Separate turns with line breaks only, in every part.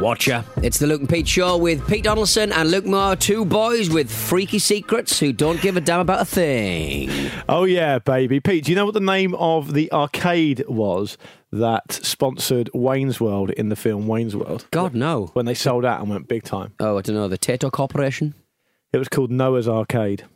Watcher. It's the Luke and Pete Show with Pete Donaldson and Luke Moore, two boys with freaky secrets who don't give a damn about a thing.
Oh yeah, baby. Pete, do you know what the name of the arcade was that sponsored Wayne's World in the film Wayne's World?
God, no.
When they sold out and went big time.
Oh, I don't know. The Tato Corporation?
It was called Noah's Arcade.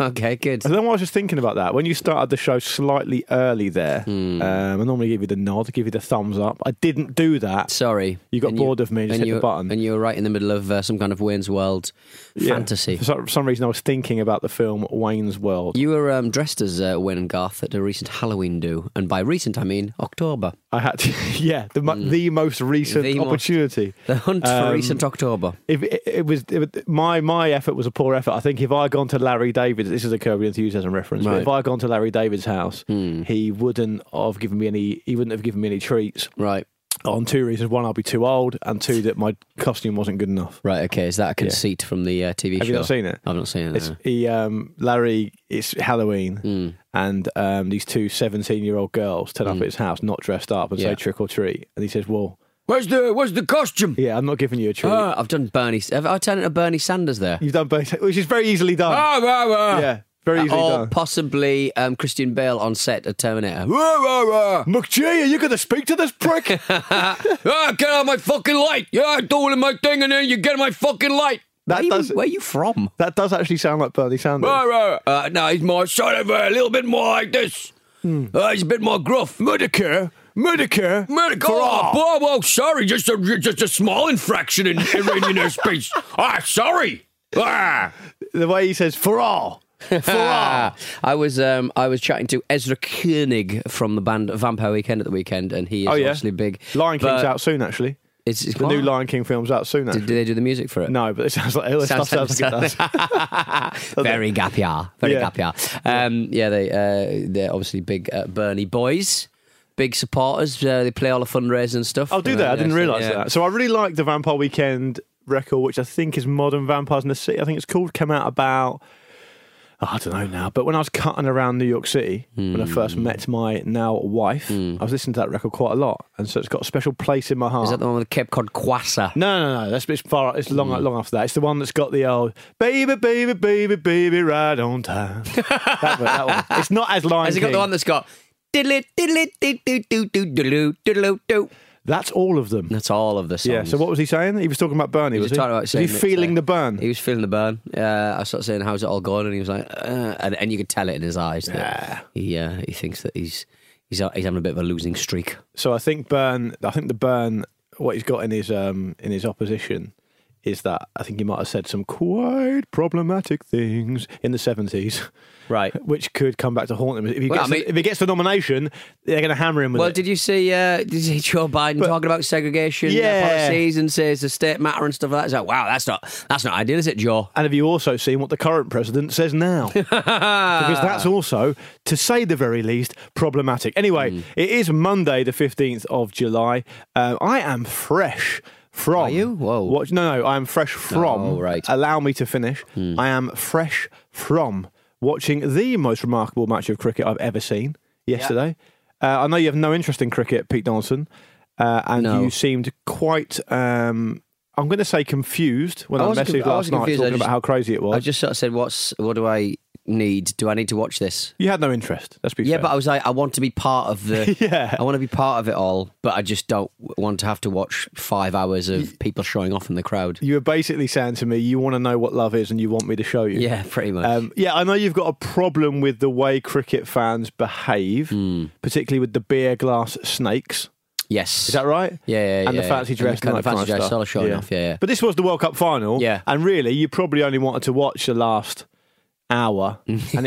Okay, good.
I don't know why I was just thinking about that. When you started the show slightly early there,
Hmm.
um, I normally give you the nod, give you the thumbs up. I didn't do that.
Sorry.
You got bored of me and just hit the
you-
button.
And you were right in the middle of uh, some kind of Wayne's World
Yeah.
fantasy.
For some- some reason, I was thinking about the film Wayne's World.
You were um, dressed as uh, Wayne and Garth at a recent Halloween do, and by recent I mean October.
I had to, yeah, the, mo the most recent
Hmm. The most-
opportunity.
The hunt for
Um,
recent October.
If it, it was it, was- my my effort was a poor effort. I think if I had gone to Larry David, this is a Kirby enthusiasm reference. But
Right. Hmm.
if I had gone to Larry David's house, he wouldn't have given me any. He wouldn't have given me any treats
Right,
on two reasons: one, I'll be too old, and two, that my costume wasn't good enough.
right, okay. Is that a conceit from the uh, TV
Have
show?
you not seen it?
I've not seen it.
It's
no.
he, um, Larry. It's Halloween,
Hmm.
and um, these two 17 year old girls turn up at his house, not dressed up, and
Yeah.
say trick or treat. And he says, "Well,
Where's the Where's the costume?
yeah, I'm not giving you a treat.
Ah, I've done Bernie. Have I turned into Bernie Sanders there?
You've done both, which is very easily done.
Ah, rah, rah.
Yeah, very easily
or
done.
possibly um, Christian Bale on set of Terminator.
McGee, are you going to speak to this prick?
ah, get out of my fucking light! Yeah, I'm doing my thing, and then you get my fucking light.
That
where,
does-
you, where you from?
that does actually sound like Bernie Sanders.
Rah, rah. Uh, no, he's more sort of uh, a little bit more like this.
Hmm.
Uh, he's a bit more gruff.
Medicare, Medicare,
Medical. Oh, whoa, whoa, sorry, just a just a small infraction in in, in their space. Ah, sorry. Ah.
The way he says for all, for all.
Ah, I was um, I was chatting to Ezra Koenig from the band Vampire Weekend at the weekend, and he is
Oh, yeah.
obviously big.
Lion King's
But
out soon, actually.
It's, it's
The new
what?
Lion King film's out soon.
Did,
Actually.
did they do the music for it?
No, but it sounds like it stuff sounds like it does.
very gap year, very
Yeah.
gap year. Um, yeah, they uh, they're obviously big uh, Bernie boys, big supporters. Uh, they play all the fundraising and stuff.
I'll do
And,
that.
uh,
I didn't
so,
realise
yeah.
that. So I really like the Vampire Weekend record, which I think is Modern Vampires in the City. I think it's called. Came out about oh, I don't know now, but when I was cutting around New York City when
Hmm.
I first met my now wife, I was listening to that record quite a lot, and so it's got a special place in my heart.
Is that the one Hmm. with the Cape Cod Kwasa?
No, no, no. That's it's far. It's long, long after that. It's the one that's got the old "baby, baby, baby, baby, right on time." that one, that one. It's not as Lion
Has it got
King.
the one that's got? diddly, diddly, doo, doo, doo, doo, doo, doo, doo, doo.
that's all of them.
That's all of the songs.
Yeah. So what was he saying? He was talking about Bernie.
He was
was he?
talking about
was he
saying that,
feeling
uh,
the burn?
He was feeling the burn. Uh, I was sort of saying, "How's it all going?" And he was like, uh, and, and you could tell it in his eyes that he uh, he thinks that he's he's he's having a bit of a losing streak.
So I think Burn. I think the Burn. What he's got in his um in his opposition is that I think he might have said some quite problematic things in the seventies,
Right.
which could come back to haunt him. If he,
Well,
gets,
I mean-
the, if he gets the nomination, they're going to hammer him with
Well,
it.
did you see? Uh, did you see Joe Biden talking about segregation uh,
Yeah.
policies and says the state matter and stuff like that? It's like, wow, that's not that's not ideal, is it, Joe?
And have you also seen what the current president says now? because
Ah.
that's also, to say the very least, problematic. Anyway,
Hmm.
it is Monday, the 15th of July. Um, I am fresh. From
Are you? Whoa.
What, no, no, I am fresh from.
Oh, right. Hmm.
Allow me to finish. I am fresh from watching the most remarkable match of cricket I've ever seen yesterday. Uh, I know you have no interest in cricket, Pete Donaldson, uh, and
No.
you seemed quite um, I'm going to say confused when
I
I,
wasn't
messaged
conf- I
last
wasn't
night
confused, I
talking
just-
about how crazy it was.
I just sort of said, "What's what do I need? Do I need to watch this?"
you had no interest. Let's be
Yeah,
fair.
but I was like, I want to be part of the.
Yeah.
I want to be part of it all, but I just don't w- want to have to watch five hours of people showing off in the crowd.
you were basically saying to me, you want to know what love is, and you want me to show you.
Yeah, pretty much.
Um, yeah, I know you've got a problem with the way cricket fans behave,
Hmm.
particularly with the beer glass snakes.
yes,
Is that right?
Yeah, yeah,
And
yeah,
the
yeah.
fancy
And the
dress,
kind
and
of
that
fancy
kind
dress,
stuff.
sort of showing off, yeah, yeah.
But this was the World Cup final,
Yeah.
And really, you probably only wanted to watch the last hour, and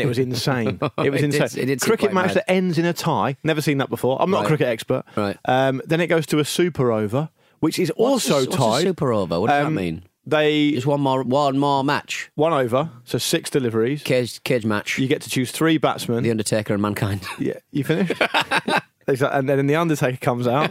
it was insane. it was
It did-
insane.
it did seem
cricket
quite
match
mad.
that ends in a tie. Never seen that before. I'm not
Right.
a cricket expert.
Right.
Um, then it goes to a super over, which is
What's
also
a, what's a
tied.
super over. What does
Um,
that mean?
They
Just one more, one more match.
one over, so six deliveries.
Cage, cage match.
You get to choose three batsmen.
the Undertaker and Mankind
Yeah, you finished. exactly. And then the Undertaker comes out.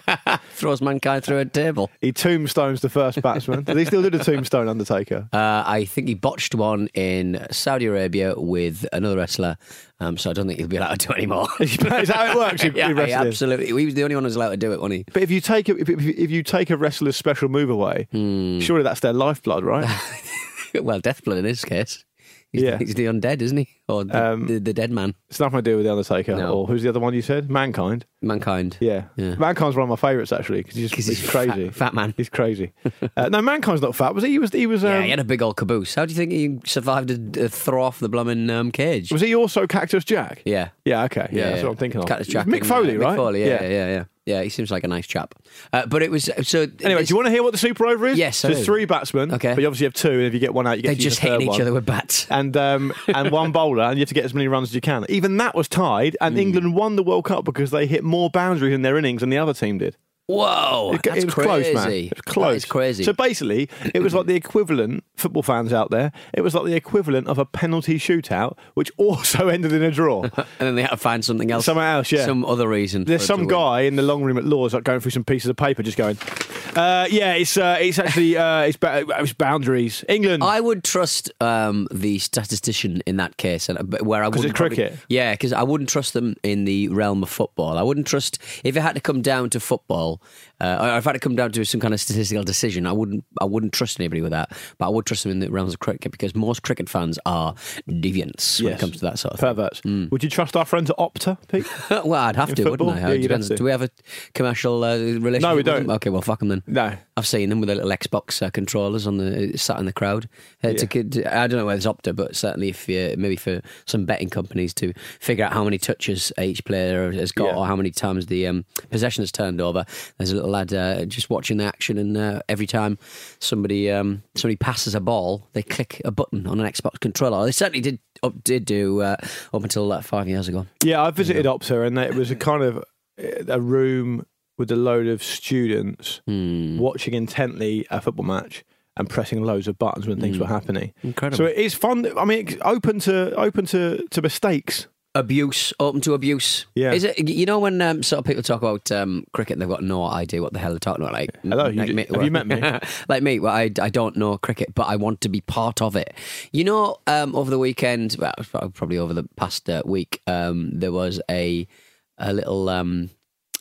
throws Mankind through a table.
He tombstones the first batsman. Do they still do the tombstone Undertaker?
Uh, I think he botched one in Saudi Arabia with another wrestler, um, so I don't think he'll be allowed to do it anymore.
Is that how it works? in-
yeah,
in
he
wrestling?
absolutely. He was the only one who was allowed to do it, wasn't he?
But if you take a, if, if, if you take a wrestler's special move away,
Hmm.
surely that's their lifeblood, right?
well, Deathblood in this case. He's,
Yeah. Um,
he's the undead, isn't he? Or the, the, the dead man,
it's nothing to do with the Undertaker
No.
or who's the other one you said? Mankind.
mankind.
Yeah,
Yeah.
Mankind's one of my favourites actually because he's,
'Cause
he's,
he's fat-
crazy.
fat man.
He's crazy. uh, no, Mankind's not fat. Was he? He was. He was. Um,
Yeah, he had a big old caboose. How do you think he survived a, a throw off the blooming um, cage?
was he also Cactus Jack?
yeah.
Yeah. Okay. Yeah, that's what I'm thinking of.
Cactus Jack
Mick
and, uh,
Foley, right?
Mick Foley, yeah, yeah, yeah, yeah. Yeah, he seems like a nice chap. Uh, but it was so.
Anyway, do you want to hear what the super over is?
Yes, I
so
do.
there's three batsmen.
Okay.
but you obviously have two, and if you get one out, you get
They're
to use
just
the third
hitting each
one.
other with bats.
and um, and one bowler, and you have to get as many runs as you can. Even that was tied,
Hmm.
and England won the World Cup because they hit more boundaries in their innings than the other team did.
Whoa,
It,
Oh, that's
it was
crazy.
close, man. It was close.
That is crazy.
So basically, it was like the equivalent. Football fans out there, it was like the equivalent of a penalty shootout, which also ended in a draw.
and then they had to find something else.
Somewhere else, yeah.
Some other reason. for
There's
it
some
to win.
guy in the long room at Laws like going through some pieces of paper, just going, uh, "Yeah, it's uh, it's actually uh, it's, ba- it's boundaries, England."
I would trust um, the statistician in that case, and uh, but where I would
it's cricket.
yeah, because I wouldn't trust them in the realm of football. I wouldn't trust if it had to come down to football, uh, or if it had to come down to some kind of statistical decision. I wouldn't, I wouldn't trust anybody with that. But I would trust them in the realms of cricket because most cricket fans are deviants when it
Yes.
comes to that sort of thing. Mm.
Perverts. Would you trust our friends at Opta, Pete?
well, I'd have
In
to,
football?
wouldn't I?
Yeah,
It
you'd
depends.
have to.
Do we have a commercial uh, relationship?
No, we
with them?
don't.
Okay, well, fuck them then.
No.
I've seen them with their little Xbox uh, controllers on the sat in the crowd. Uh, it's a good- I don't know whether it's Opta, but certainly if uh, maybe for some betting companies to figure out how many touches each player has got
Yeah.
or how many times the um, possession has turned over. There's a little lad uh, just watching the action, and uh, every time somebody um, somebody passes a ball, they click a button on an Xbox controller. They certainly did up, did do uh, up until uh, five years ago.
Yeah, I visited Opta, and it was a kind of uh, a room with a load of students
Hmm.
watching intently a football match and pressing loads of buttons when things were happening.
Hmm. Incredible.
So it is fun. I mean, it's open to open to to mistakes.
abuse, open to abuse.
Yeah.
Is it? You know when um, sort of people talk about um, cricket, and they've got no idea what the hell they're talking about. Like,
Hello, you
like
ju- have you met me?
like me, well, I, I don't know cricket, but I want to be part of it. You know, um, over the weekend, well, it was probably over the past uh, week, um, there was a a little um,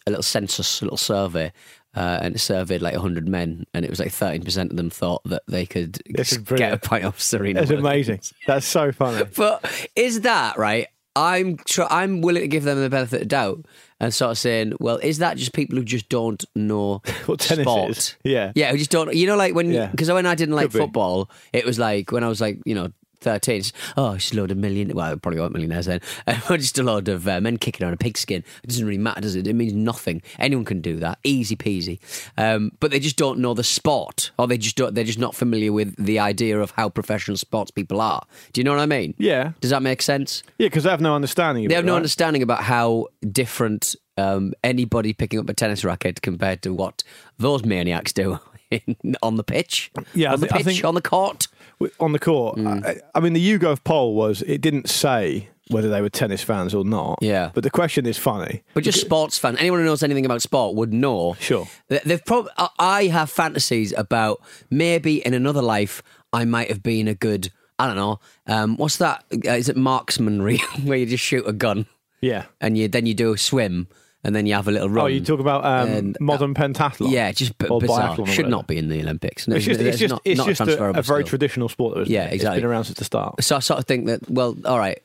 a little census, a little survey. Uh, and it surveyed like 100 men, and it was like 13% of them thought that they could
This is
get a
brilliant.
pint off Serena.
It's
Williams.
amazing. That's so funny.
But is that right? I'm tr- I'm willing to give them the benefit of doubt and sort of saying, well, is that just people who just don't know
What tennis
sport?
is. Yeah.
yeah, who just don't. You know, like when
Yeah.
because when I didn't like
Could be.
football, it was like when I was like you know. 13. It's, oh, it's just a load of million. Well, there probably weren't millionaires then. just a load of uh, men kicking on a pigskin. It doesn't really matter, does it? It means nothing. Anyone can do that. Easy peasy. Um, but they just don't know the sport, or they just don't, they're just not familiar with the idea of how professional sports people are. Do you know what I mean?
Yeah,
Does that make sense?
yeah, because they have no understanding. Of
They
it,
have no
right?
understanding about how different um, anybody picking up a tennis racket compared to what those maniacs do in, on the pitch.
Yeah, I
on the
thi- I
pitch,
think-
on the court.
W- on the court.
Hmm.
I, I mean, the YouGov poll was it didn't say whether they were tennis fans or not.
Yeah.
but the question is funny.
But just sports fans, anyone who knows anything about sport would know.
Sure.
that They've prob- I- I have fantasies about maybe in another life I might have been a good. I don't know. Um, what's that? Uh, Is it marksmanry where you just shoot a gun?
Yeah,
and you then you do a swim and then you have a little run.
Oh, you talk about um,
And- uh,
modern pentathlon.
Yeah, just b-
Or biathlon
bizarre. Should
or whatever.
not be in the Olympics. No,
It's just, it's
that's
just,
not,
it's
not
just a,
transferable
a very
skill.
traditional sport. Though, isn't
Yeah,
it?
exactly.
It's been around since the start.
So I sort of think that, well, all right,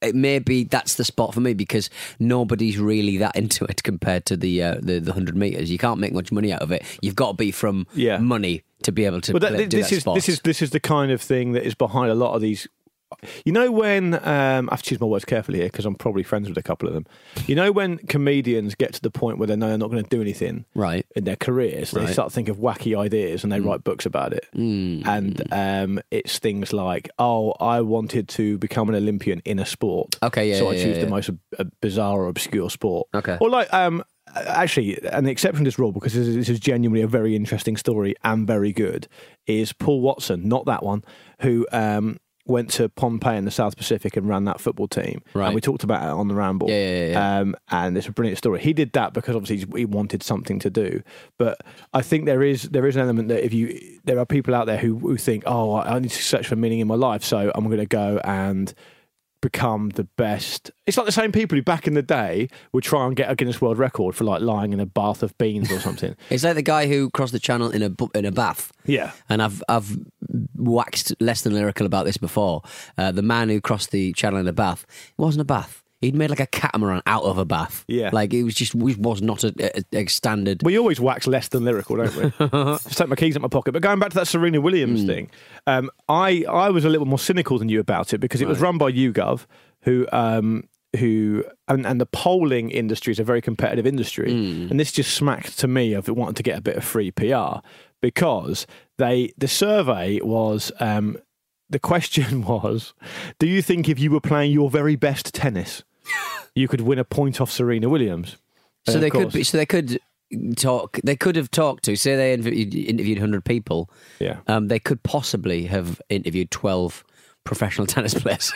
it may be that's the spot for me because nobody's really that into it compared to the uh, the, the 100 metres. You can't make much money out of it. You've got to be from
Yeah.
money to be able to
But
play,
that,
do
this
that
is
sport.
this is this is the kind of thing that is behind a lot of these. You know when um, I have to choose my words carefully here because I'm probably friends with a couple of them. You know when comedians get to the point where they know they're not going to do anything
Right.
in their careers, they
Right. Mm.
start to think of wacky ideas and they write books about it. And um, it's things like, "Oh, I wanted to become an Olympian in a sport."
Okay, yeah,
so I
yeah,
choose
yeah,
the
yeah.
most ob- uh, bizarre or obscure sport.
Okay.
or like um, actually an exception to this rule because this is, this is genuinely a very interesting story and very good is Paul Watson, not that one, who um, went to Pompeii in the South Pacific and ran that football team.
Right.
And we talked about it on the ramble.
Yeah, yeah, yeah.
Um, and it's a brilliant story. He did that because obviously he's- he wanted something to do. But I think there is there is an element that if you there are people out there who, who think, oh, I I need to search for meaning in my life, so I'm going to go and become the best. It's like the same people who back in the day would try and get a Guinness World Record for like lying in a bath of beans or something.
It's like the guy who crossed the channel in a bu- in a bath.
Yeah.
and I've I've waxed less than lyrical about this before. Uh, the man who crossed the channel in a bath it wasn't a bath. He'd made like a catamaran out of a bath.
Yeah.
like it was just it was not a, a, a standard.
We always wax less than lyrical, don't we? Just take my keys out my pocket. But going back to that Serena Williams
Hmm.
thing, um, I I was a little more cynical than you about it because it was run by YouGov, who um, who and, and the polling industry is a very competitive industry,
Hmm.
and this just smacked to me of wanting to get a bit of free PR because they the survey was. Um, the question was, do you think if you were playing your very best tennis, you could win a point off Serena Williams?
so
And
they
of
could
course-
be, so they could talk. They could have talked to say they interviewed, interviewed hundred people.
Yeah.
um, they could possibly have interviewed twelve professional tennis players.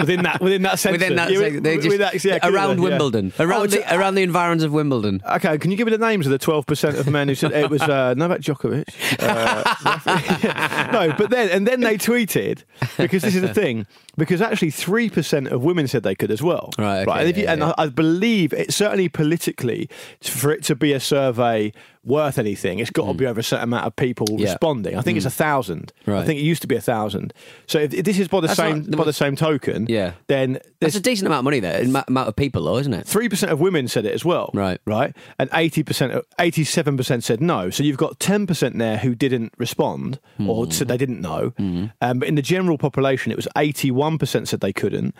within that within that sense
within that, sec- they just around Wimbledon,
Oh,
around the around the environs of Wimbledon.
Okay, can you give me the names of the twelve percent of men who said it was uh, Novak Djokovic? Uh, no, but then and then they tweeted because this is the thing because actually three percent of women said they could as well.
Right, okay,
and, if you,
yeah,
and
yeah.
I, I believe it certainly politically for it to be a survey worth anything, it's got to be over a certain amount of people
Hmm. Yeah. Hmm.
responding. I think it's a thousand.
Right.
I think it used to be a thousand. So if, if this is by the
That's
same
not the
by the
most-
same token,
Yeah.
then
That's
there's
a decent amount of money there, am- amount of people though, isn't it?
three percent of women said it as well.
Right.
right, and eighty percent, eighty-seven percent said no. So you've got ten percent there who didn't respond
Hmm.
or said they didn't know. Um, but in the general population, it was eighty-one percent said they couldn't.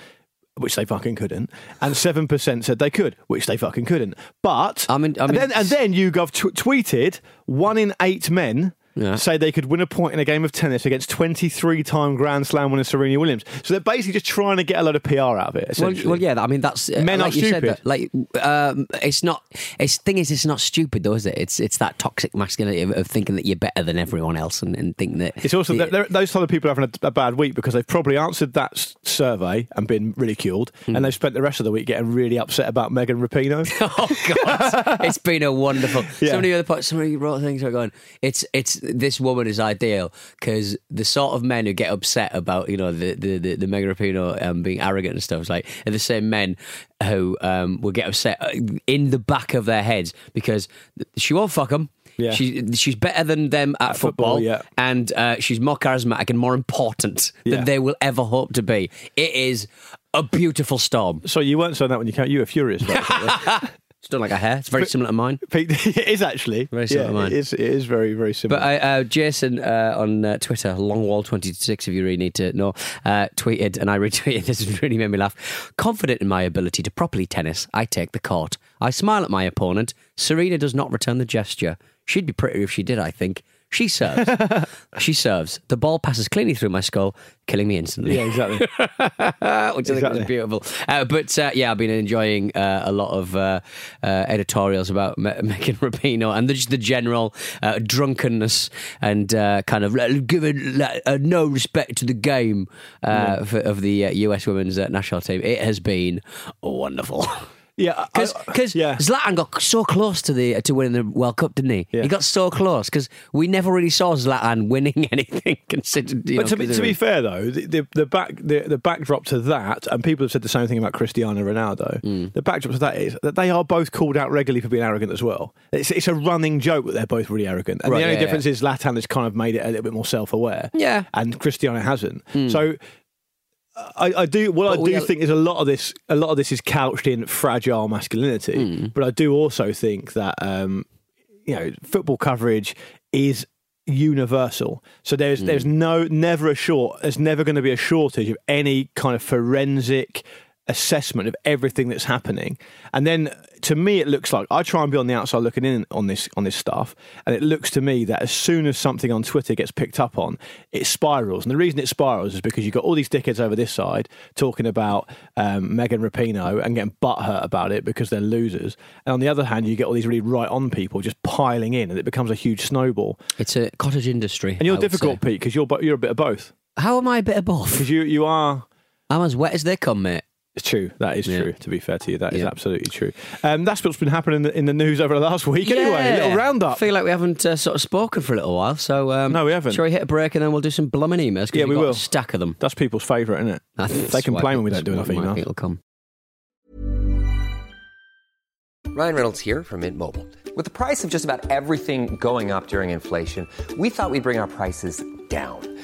Which they fucking couldn't, and seven percent said they could, which they fucking couldn't. But
I mean- I mean-
and then, and then YouGov tw- tweeted one in eight men
Yeah.
say they could win a point in a game of tennis against twenty-three time Grand Slam winner Serena Williams. So they're basically just trying to get a lot of PR out of it.
Well,
essentially.
well, yeah. I mean, that's uh,
Men
like
are
you
stupid.
Said that, like, um, it's not. It's thing is, it's not stupid though, is it? It's it's that toxic masculinity of, of thinking that you're better than everyone else and, and thinking that
It's also
the-
th th- those type of people are having a, a bad week because they've probably answered that s- survey and been ridiculed,
Hmm.
and they've spent the rest of the week getting really upset about Megan Rapinoe.
oh god, it's been a wonderful.
Yeah.
So many other parts, so many raw things are going. It's it's this woman is ideal because the sort of men who get upset about you know the the the, the Megan Rapinoe um, being arrogant and stuff is like are the same men who um, will get upset uh, in the back of their heads because she won't fuck them.
Yeah.
She, she's better than them at,
football,
football,
yeah.
and uh, she's more charismatic and more important
Yeah.
than they will ever hope to be. It is a beautiful storm.
so you weren't saying that when you came. You were furious. About it, weren't you?
It's done like a hair. It's very similar to mine.
Pete, it is actually
Very similar
yeah,
to mine.
It is, it is very very similar.
But I, uh, Jason uh, on uh, Twitter, Longwall26, if you really need to know, uh, tweeted, and I retweeted this, it really made me laugh. Confident in my ability to properly tennis, I take the court. I smile at my opponent. Serena does not return the gesture. She'd be prettier if she did, I think. She serves. she serves. The ball passes cleanly through my skull, killing me instantly.
yeah, exactly.
which I think was
Exactly.
beautiful. Uh, but uh, yeah, I've been enjoying uh, a lot of uh, uh, editorials about Me- Megan Rapinoe and the, just the general uh, drunkenness and uh, kind of like, giving like, uh, no respect to the
Mm.
game uh, for, of the uh, US women's uh, national team. It has been wonderful.
Yeah, I-
Because
I- yeah.
Zlatan got so close to the to winning the World Cup, didn't he?
Yeah.
He got so close because we never really saw Zlatan winning anything. Considered, you
But
know,
to, be, to be
considering-
fair though, the, the, the back the, the backdrop to that, and people have said the same thing about Cristiano Ronaldo.
Mm.
The backdrop to that is that they are both called out regularly for being arrogant as well. It's, it's a running joke that they're both really arrogant, and
Right,
the only
yeah,
difference is Latan has kind of made it a little bit more self-aware.
Yeah. Mm.
and Cristiano hasn't. So. I, I do what
But
I
we
do
are-
think is a lot of this a lot of this is couched in fragile masculinity,
Hmm.
but I do also think that um, you know football coverage is universal so there's
Hmm.
there's no never a short there's never going to be a shortage of any kind of forensic assessment of everything that's happening and then to me it looks like i try and be on the outside looking in on this on this stuff and it looks to me that as soon as something on twitter gets picked up on it spirals and the reason it spirals is because you've got all these dickheads over this side talking about um, megan rapino and getting butthurt about it because they're losers and on the other hand you get all these really right on people just piling in and it becomes a huge snowball
it's a cottage industry.
and you're
I would
difficult,
say.
Pete, because you're bo- you're a bit of both.
How am I a bit of
Because
both?
you you are.
I'm as wet as they come, mate.
It's true. That is
Yeah.
true. To be fair to you, that is
Yeah.
absolutely true. Um, that's what's been happening in the, in the news over the last week. Anyway, a
Yeah.
little roundup.
feel like we haven't uh, sort of spoken for a little while, so um,
No, we haven't.
Shall we hit a break and then we'll do some blooming emails? 'cause
Yeah,
we've
we
got
will.
A stack of them.
that's people's favourite, isn't it? They complain when we don't do enough
emails.
emails.
It'll come.
Ryan Reynolds here from Mint Mobile. With the price of just about everything going up during inflation, we thought we'd bring our prices down.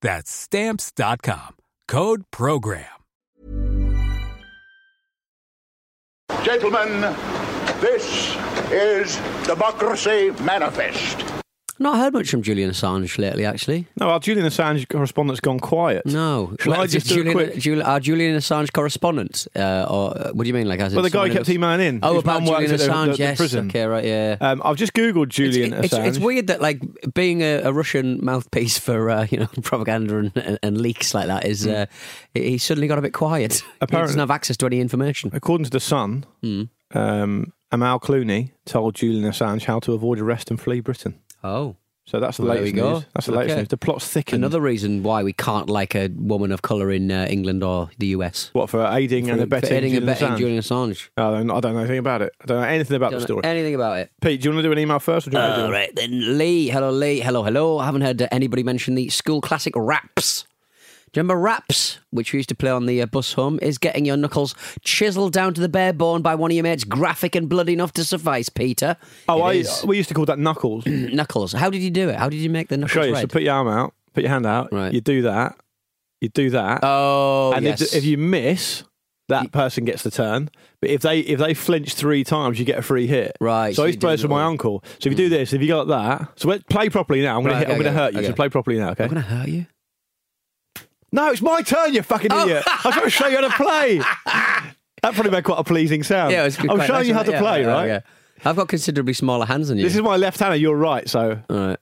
That's stamps.com. Code program.
Gentlemen, this is Democracy Manifest.
Not heard much from Julian Assange lately, actually.
No, our Julian Assange correspondent's gone quiet.
No.
Shall I
Is it
just do a
Julian,
quick-
Jul- our Julian Assange correspondent? Uh, or uh, what do you mean? Like, as in
Well, the guy
someone
who kept
who's-
emailing in.
Oh,
His
about
mum works
Julian
at the-
Assange.
the- the
yes.
prison.
Okay, right. Yeah.
Um, I've just googled Julian
uh, it's,
Assange.
it's weird that like being a, a Russian mouthpiece for uh, you know propaganda and, and, and leaks like that is uh, he he suddenly got a bit quiet. he
Hmm. Apparently-
doesn't have access to any information.
According to the Sun,
Hmm.
um, Amal Clooney told Julian Assange how to avoid arrest and flee Britain.
Oh,
So that's the
Well, there
latest
we go.
news. That's the latest
Okay.
news. The plot's thickened.
another reason why we can't like a woman of color in uh, England or the US.
What for aiding and
For-
abetting?
for aiding and
Julian
abetting
Assange? Oh,
Julian Assange.
I don't, I don't know anything about it. I don't know anything about the
Don't know
story.
anything about it.
Pete, do you want to do an email first? Or do you want me to
All
do it?
Uh, right then, Lee. Hello, Lee. Hello, hello. I haven't heard uh, anybody mention the school classic raps. Do you remember raps, which we used to play on the uh, bus home? Is getting your knuckles chiseled down to the bare bone by one of your mates, graphic and bloody enough to suffice, Peter.
Oh,
It
I,
is.
we used to call that knuckles. I'll
knuckles. How did you do it? How did you make the knuckles
show you. So
red?
put your arm out, put your hand out.
Right.
You do that. You do that.
oh,
and if-
yes.
if, you miss, that person gets the turn. But if they if they flinch three times, you get a free hit.
Right,
So
so
I
you
used to play this
didn't
with my
know.
uncle. So if you do this, if you got that, so let play properly now. I'm gonna
Hmm. Right,
hit, I'm
okay,
gonna
okay,
hurt you.
okay.
So play properly now. Okay.
I'm gonna hurt you.
No, it's my turn, you fucking
Oh.
idiot. I was going to show you how to play. That probably made quite a pleasing sound.
Yeah, it was
I'm
quite
showing
nice,
Um, you how
wasn't
to
it? Yeah,
play,
yeah,
right?
yeah. I've got considerably smaller hands than you.
This is my left hander, you're right. So,
All right.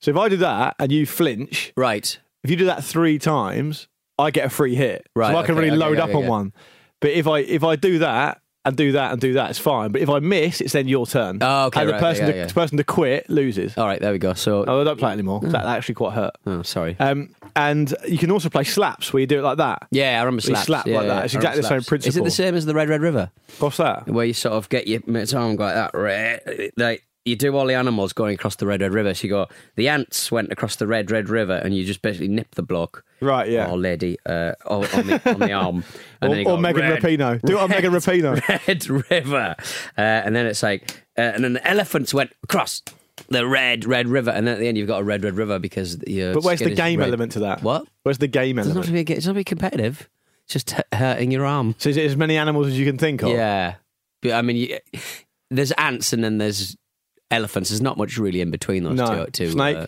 so if I do that and you flinch,
Right.
if you do that three times, I get a free hit.
Right,
So I can
okay,
really
okay,
load
okay,
up on
okay.
one. But if I if I do that and do that and do that, it's fine. But if I miss, it's then your turn.
Oh, okay,
And the
right,
person
yeah,
to,
yeah.
the person to quit loses.
All right. There we go. So.
Oh, I don't play it anymore.
Hmm.
That that actually quite hurt.
oh, sorry.
Um, and you can also play slaps where you do it like that.
yeah, I remember
you
slaps.
slap
yeah,
like
yeah,
that. It's
I remember
exactly the same
slaps. Is it
principle.
the same as the Red Red River,
What's that?
where you sort of get your mate's arm like that? Right. Like you do all the animals going across the Red Red River. So you go, the ants went across the Red Red River, and you just basically nip the block.
Right, yeah.
Or lady uh, on, on the, on the arm. And
Or,
then you
or
go,
Megan
"Red,
Rapino. Do it on
red,
Megan Rapino.
Red River. Uh, and then it's like, uh, and then the elephants went across the Red, Red River. And then at the end, you've got a Red, Red River because your
But where's
skin
the
is
game
red.
element to that?
What?
Where's the game
It's not,
element?
to be, it's not to be competitive, it's just hu- hurting your arm.
So is it as many animals as you can think of?
Yeah. But I mean, you, there's ants and then there's elephants. There's not much really in between those
No.
two. to,
Snake.
uh,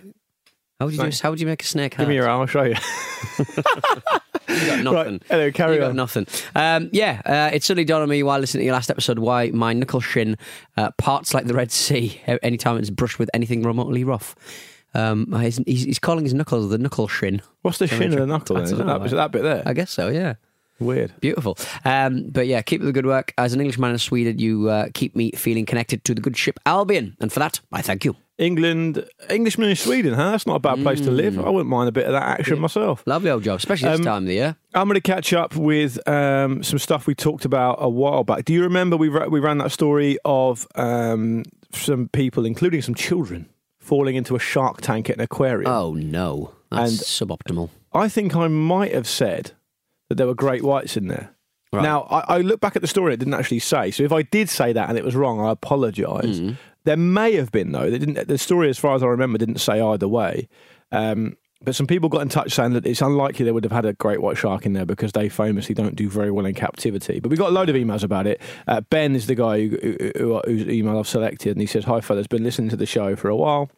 how would you do,
Snake.
how would you make a snake?
Give me your
hurt?
arm, I'll show you.
You got nothing.
Right, hello, carry
you
on.
got nothing. Um, yeah, uh, it suddenly dawned on me while listening to your last episode why my knuckle shin uh, parts like the Red Sea a- anytime it's brushed with anything remotely rough. Um, he's, he's he's calling his knuckles the knuckle shin.
What's the
Very
shin and the
interesting.
knuckle?
I
Then? Is,
don't
it
know,
that, is
I-
it that bit there?
I guess so, yeah.
Weird.
Beautiful. Um, but yeah, keep up the good work. As an Englishman in Sweden, you uh, keep me feeling connected to the good ship Albion. And for that, I thank you.
England, Englishman in Sweden, huh? That's not a bad place to live. I wouldn't mind a bit of that action myself.
Lovely old job, especially this
Um,
time of the year.
I'm going to catch up with um, some stuff we talked about a while back. Do you remember we ra- we ran that story of um, some people, including some children, falling into a shark tank at an aquarium?
Oh, no. That's
And-
suboptimal.
I think I might have said that there were great whites in there.
Right.
Now, I, I look back at the story, it didn't actually say. So if I did say that and it was wrong, I apologise. There may have been, though. They didn't, the story, as far as I remember, didn't say either way. Um, but some people got in touch saying that it's unlikely they would have had a great white shark in there because they famously don't do very well in captivity. But we got a load of emails about it. Uh, ben is the guy who, who, who, whose email I've selected, and he says, Hi, fellas, been listening to the show for a while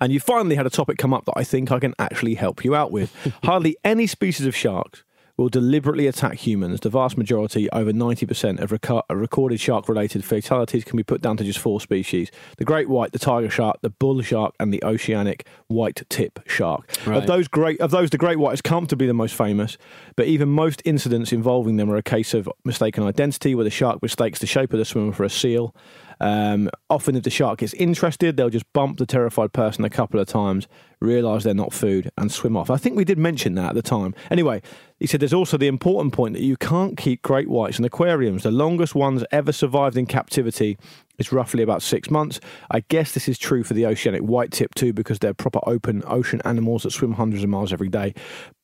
and you finally had a topic come up that I think I can actually help you out with. Hardly any species of sharks will deliberately attack humans. The vast majority, over 90% of reco- recorded shark related fatalities, can be put down to just four species the great white, the tiger shark, the bull shark, and the oceanic white tip shark. Of
Right.
those great of those the great white is comfortably the most famous, but even most incidents involving them are a case of mistaken identity where the shark mistakes the shape of the swimmer for a seal. Um, often, if the shark gets interested, they'll just bump the terrified person a couple of times, realize they're not food, and swim off. I think we did mention that at the time. Anyway, he said there's also the important point that you can't keep great whites in aquariums. The longest ones ever survived in captivity is roughly about six months. I guess this is true for the oceanic white tip too, because they're proper open ocean animals that swim hundreds of miles every day.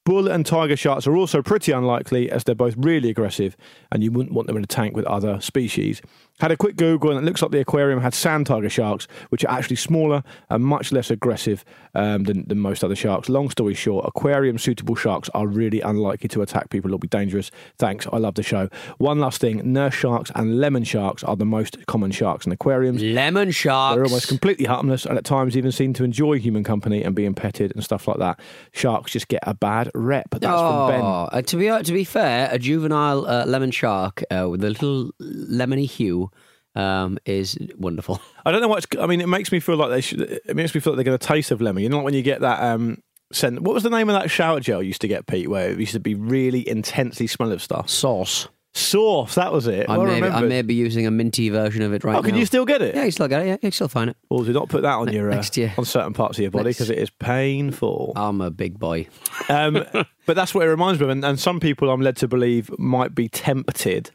Bull and tiger sharks are also pretty unlikely as they're both really aggressive and you wouldn't want them in a tank with other species. Had a quick Google and it looks like the aquarium had sand tiger sharks, which are actually smaller and much less aggressive um, than, than most other sharks. Long story short, aquarium suitable sharks are really unlikely to attack people or be dangerous. Thanks, I love the show. One last thing nurse sharks and lemon sharks are the most common sharks in aquariums.
Lemon sharks.
They're almost completely harmless and at times even seem to enjoy human company and being petted and stuff like that. Sharks just get a bad rep. That's from Ben.
Oh, uh, to be to be fair, a juvenile uh, lemon shark uh, with a little lemony hue um, is wonderful.
I don't know what's. I mean, it makes me feel like they should. It makes me feel like they're going to taste of lemon. You know, like when you get that. um scent. What was the name of that shower gel you used to get, Pete? Where it used to be really intensely smell of stuff.
Sauce.
Sauce. That was it.
I
Well
may, I
remembered.
may be using a minty version of it right
Oh, can
now.
you still get it?
Yeah, you still get it. Yeah, you still find it.
Well, do not put that on
Ne-
your uh,
next year.
on certain parts of your body
Next-
because it is painful.
I'm a big boy.
Um, but that's what it reminds me of. And, and some people I'm led to believe might be tempted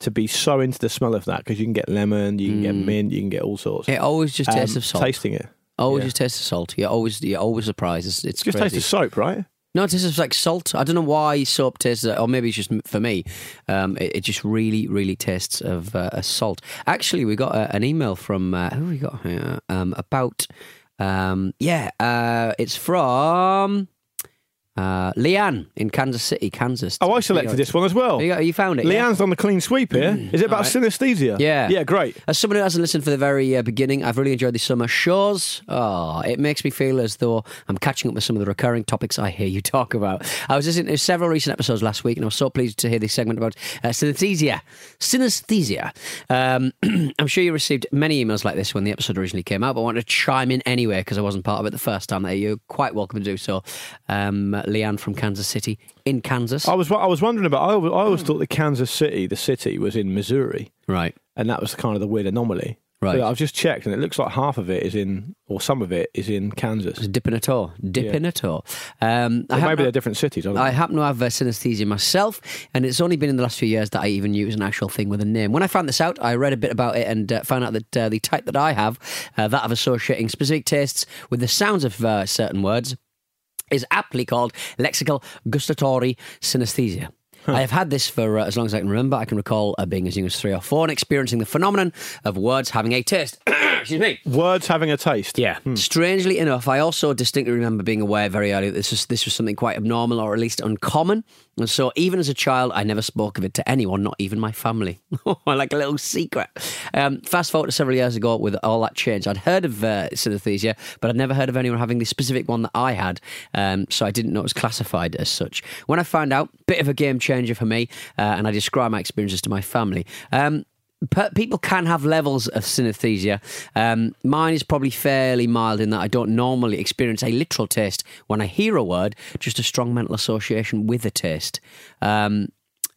to be so into the smell of that because you can get lemon, you can get mint, you can get all sorts.
It always just tastes
Um,
of salt.
Tasting it.
always
yeah.
just tastes of salt. You're always you're always surprised. It's, it's
It just
crazy.
tastes of soap, right?
No, it tastes like salt. I don't know why soap tastes, that- or maybe it's just m- for me. Um, it, it just really, really tastes of uh, a salt. Actually, we got uh an email from uh, who we got here um, about. Um, yeah, uh, it's from. Uh, Leanne in Kansas City, Kansas.
Oh, I selected this one as well.
You, got- you found it. yeah?
Leanne's on the clean sweep here. Is it about
Alright.
synesthesia?
Yeah.
Yeah, great.
As someone who hasn't listened for the very uh, beginning, I've really enjoyed the summer shows. Oh, it makes me feel as though I'm catching up with some of the recurring topics I hear you talk about. I was listening to several recent episodes last week, and I was so pleased to hear this segment about uh, synesthesia. Synesthesia. Um, I'm sure you received many emails like this when the episode originally came out, but I wanted to chime in anyway because I wasn't part of it the first time. There, you're quite welcome to do so. Um, Leanne from Kansas City in Kansas.
I was I was wondering about. I always, I
Mm.
always thought that Kansas City, the city, was in Missouri,
Right.
and that was kind of the weird anomaly.
Right.
But I've just checked, and it looks like half of it is in, or some of it is in Kansas.
Just dipping a toe. Dipping a toe. Um, I
Or
haven't-
maybe they're different cities. I don't know.
I happen to have uh, synesthesia myself, and it's only been in the last few years that I even knew it was an actual thing with a name. When I found this out, I read a bit about it and uh, found out that uh, the type that I have, uh, that of associating specific tastes with the sounds of uh, certain words, is aptly called lexical gustatory synesthesia. I have had this for uh, as long as I can remember. I can recall uh, being as young as three or four and experiencing the phenomenon of words having a taste. Excuse me.
Words having a taste.
Yeah. Strangely enough, I also distinctly remember being aware very early that this was, this was something quite abnormal or at least uncommon. And so, even as a child, I never spoke of it to anyone, not even my family. like a little secret. Um, fast forward to several years ago with all that change. I'd heard of uh, synesthesia, but I'd never heard of anyone having the specific one that I had. Um, so, I didn't know it was classified as such. When I found out, bit of a game changer for me, uh, and I described my experiences to my family. Um, per- people can have levels of synesthesia. Um, mine is probably fairly mild in that I don't normally experience a literal taste when I hear a word, just a strong mental association with a taste. Um,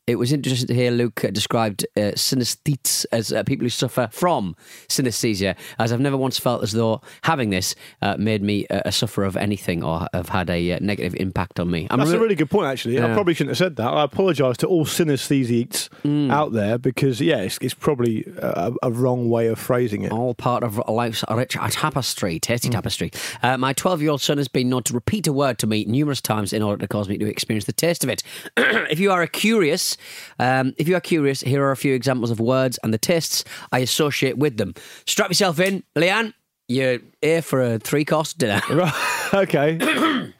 it was interesting to hear Luke uh, described uh, synesthetes as uh, people who suffer from synesthesia, as I've never once felt as though having this uh, made me uh, a sufferer of anything or have had a uh, negative impact on me. I'm
That's a
re-
really good point, actually. I
Yeah.
probably shouldn't have said that. I apologise to all synesthesites
Mm.
out there because, yeah, it's, it's probably a, a wrong way of phrasing it.
all part of life's rich tapestry, tasty tapestry. Uh, my 12 year old son has been known to repeat a word to me numerous times in order to cause me to experience the taste of it. if you are curious, um, if you are curious, here are a few examples of words and the tastes I associate with them. Strap yourself in, Leanne. You're here for a three course dinner.
Right. okay.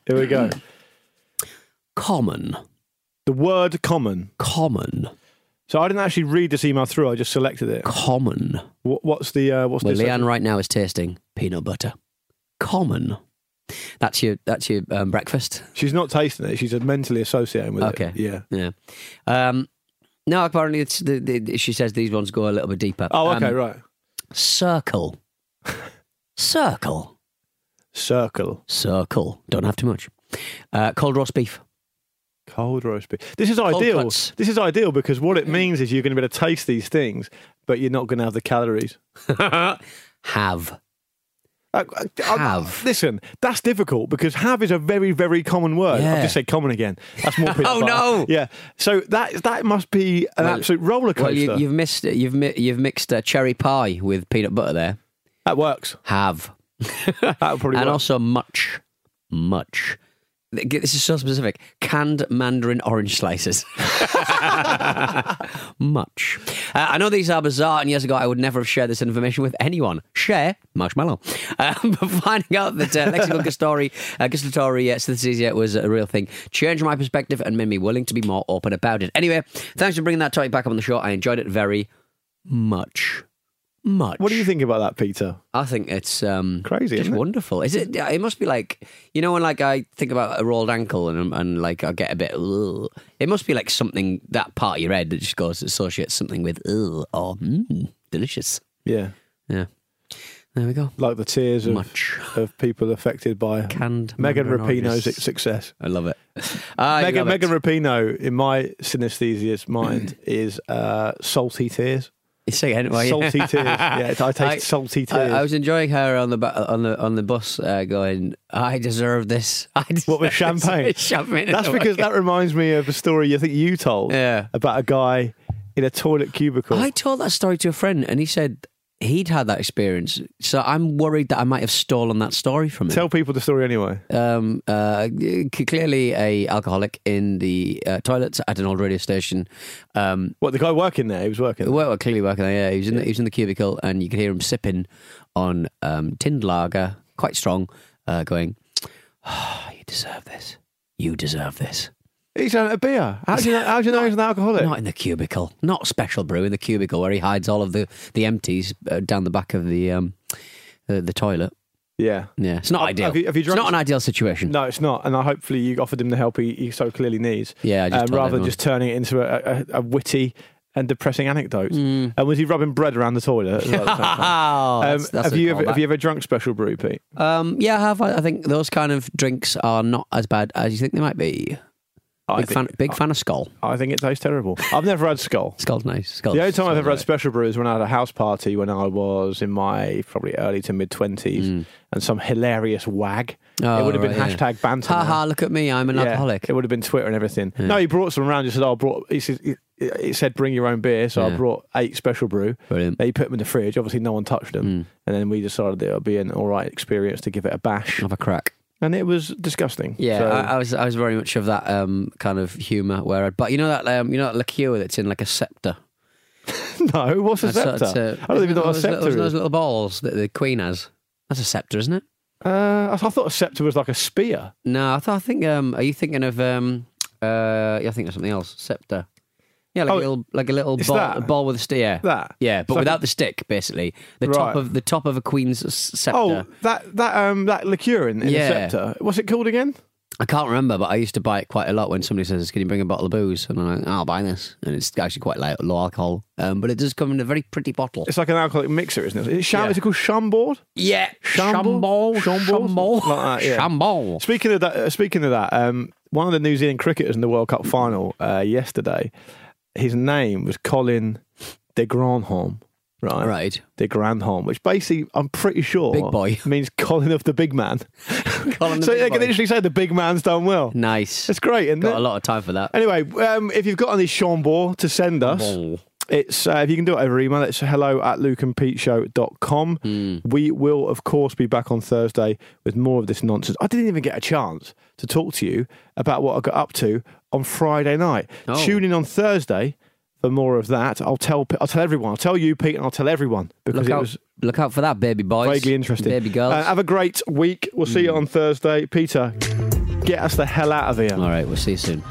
Here we go.
common,
The word common.
common,
So I didn't actually read this email through. I just selected it.
common.
What, what's the uh, what's
Well,
the
Leanne right now is tasting peanut butter. Common. That's your that's your um, breakfast.
She's not tasting it. She's mentally associating with
Okay.
it. Yeah.
Yeah. Um, no, apparently it's the, the, she says these ones go a little bit deeper.
Oh, okay,
Um,
right.
Circle. circle.
Circle.
Circle. Don't have too much. Uh, cold roast beef.
Cold roast beef. This is
Cold
ideal.
cuts. Mm.
This is ideal because what it means is you're going to be able to taste these things, but you're not going to have the calories.
Have.
I- I- I-
Have.
Uh, listen, that's difficult because have is a very, very common word.
Yeah.
I've just said common again. That's more peanut
Oh,
butter.
no.
Yeah. So that that must be an
Well-
absolute roller coaster.
Well, you, you've missed. You've mi- you've mixed uh, cherry pie with peanut butter there.
that works.
Have.
That would probably
and
work.
also much, much. This is so specific. Canned mandarin orange slices. much. Uh, I know these are bizarre, and years ago I would never have shared this information with anyone. Share marshmallow. Uh, but finding out that uh, lexical gustatory, uh, gustatory uh, synesthesia was a real thing changed my perspective and made me willing to be more open about it. Anyway, thanks for bringing that topic back up on the show. I enjoyed it very much. Much.
what do you think about that, Peter?
I think it's um,
Crazy,
just
isn't it?
wonderful. Is it? It must be like you know when like I think about a rolled ankle and and like I get a bit. Ugh, it must be like something that part of your head that just goes associates something with ugh or mm, delicious.
Yeah.
Yeah, there we go.
Like the tears of,
Much.
of people affected by
Canned
Megan
mandarin
Rapinoe's
oranges.
success.
I love it. I love
Megan,
it.
Megan Rapinoe, in my synesthesia's mind, is uh, salty tears.
You say it anyway.
Salty tears. Yeah, I taste salty tears.
I, I was enjoying her on the bu- on the on the bus, uh, going, "I deserve this." I deserve
What with champagne?
this champagne.
That's because that reminds me of a story I think you told
Yeah.
about a guy in a toilet cubicle.
I told that story to a friend, and he said he'd had that experience. So I'm worried that I might have stolen that story from him.
Tell people the story anyway.
um, uh, c- clearly, a alcoholic in the uh, toilets at an old radio station. Um,
What the guy working there? He was working.
well, clearly working there. Yeah, he was in the, he was in the cubicle, and you could hear him sipping on um, tinned lager, quite strong, uh, going, oh, "You "Ah, deserve this. You deserve this.
He's had a beer. How do you know, how do you know he's an alcoholic?
Not in the cubicle. Not special brew in the cubicle where he hides all of the the empties uh, down the back of the um the, the toilet.
yeah.
Yeah, it's not
Have-
ideal.
have you- have you
it's
drunk-
not an ideal situation.
No, it's not. And I, hopefully you offered him the help he, he so clearly needs. Um,
Yeah, I just told
rather
everyone.
than just turning it into a, a, a witty and depressing anecdote. And was he rubbing bread around the toilet? as well at the same time?
Oh,
Um,
Mm. that's, that's
have
a
you ever
callback.
have you ever drunk special brew, Pete?
Um, yeah, I have. I I think those kind of drinks are not as bad as you think they might be.
I
Big
think,
fan, big fan of Skull.
I think it tastes terrible. I've never had skull.
Skull's nice. Skull's
The only time I've
Skull's
ever had
alright.
special brew is when I had a house party when I was in my probably early to mid twenties, and some hilarious wag.
Mm. Oh,
it would have been
right, yeah.
hashtag banter.
Ha
now.
ha! Look at me, I'm an
Yeah,
alcoholic.
It would have been Twitter and everything. No, he brought some around. He said, "Oh, I brought." He said, he- "It said bring your own beer," so
Yeah.
I brought eight special brew.
Brilliant. Mm.
They put them in the fridge. Obviously, no one touched them, and then we decided that it would be an all right experience to give it a bash,
Have a crack.
and it was disgusting.
Yeah,
So-
I, I was I was very much of that um, kind of humour where, I'd, but you know that um, you know that liqueur that's in like a scepter.
no, what's a
That's sort
scepter?
of-
I don't even know what a
those little-
scepter is.
Those little balls that the queen has. That's a scepter, isn't it?
Uh, I th- I thought a scepter was like a spear.
No, I, th- I think. Um, are you thinking of? Um, uh, yeah, I think of something else. Scepter. Yeah, like
Oh,
a little, like a little
it's
ball,
that?
a ball with a stick. Yeah,
That?
Yeah, but
It's like
without
a-
the stick, basically. The top
Right.
of the top of a queen's s- scepter.
Oh, that that um that liqueur in, in
Yeah.
the scepter. What's it called again?
I can't remember, but I used to buy it quite a lot when somebody says, "Can you bring a bottle of booze?" And I'm like, "Oh, "I'll buy this," and it's actually quite light, low alcohol, um, but it does come in a very pretty bottle.
It's like an alcoholic mixer, isn't it? Is it, sham-
Yeah.
is it called Chambord?
Yeah,
Shamble?
Shamble,
Shamble?
Shamble,
Like that, yeah.
Shamble.
Speaking of that, uh, speaking of that, um, one of the New Zealand cricketers in the World Cup final uh, yesterday, his name was Colin de Grandhomme, right?
Right.
De Grandhomme, which basically, I'm pretty sure,
Big boy.
means Colin of the big man.
Colin the
so
big
they can
boy.
literally say the big man's done well.
Nice.
It's great, isn't
Got
it?
a lot of time for that.
Anyway, um, if you've got any Chambord to send us,
Ball.
it's uh, if you can do it over email, it's hello at lukeandpeteshow.com.
Hmm.
We will, of course, be back on Thursday with more of this nonsense. I didn't even get a chance to talk to you about what I got up to on Friday night.
Oh.
Tune in on Thursday for more of that. I'll tell Pe- I'll tell everyone. I'll tell you, Pete, and I'll tell everyone because
Look
it
out,
was
look out for that, baby boys.
vaguely interesting.
Baby girls. Hmm.
Uh, have a great week. We'll see you on Thursday. Peter, get us the hell out of here.
All right, we'll see you soon.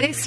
This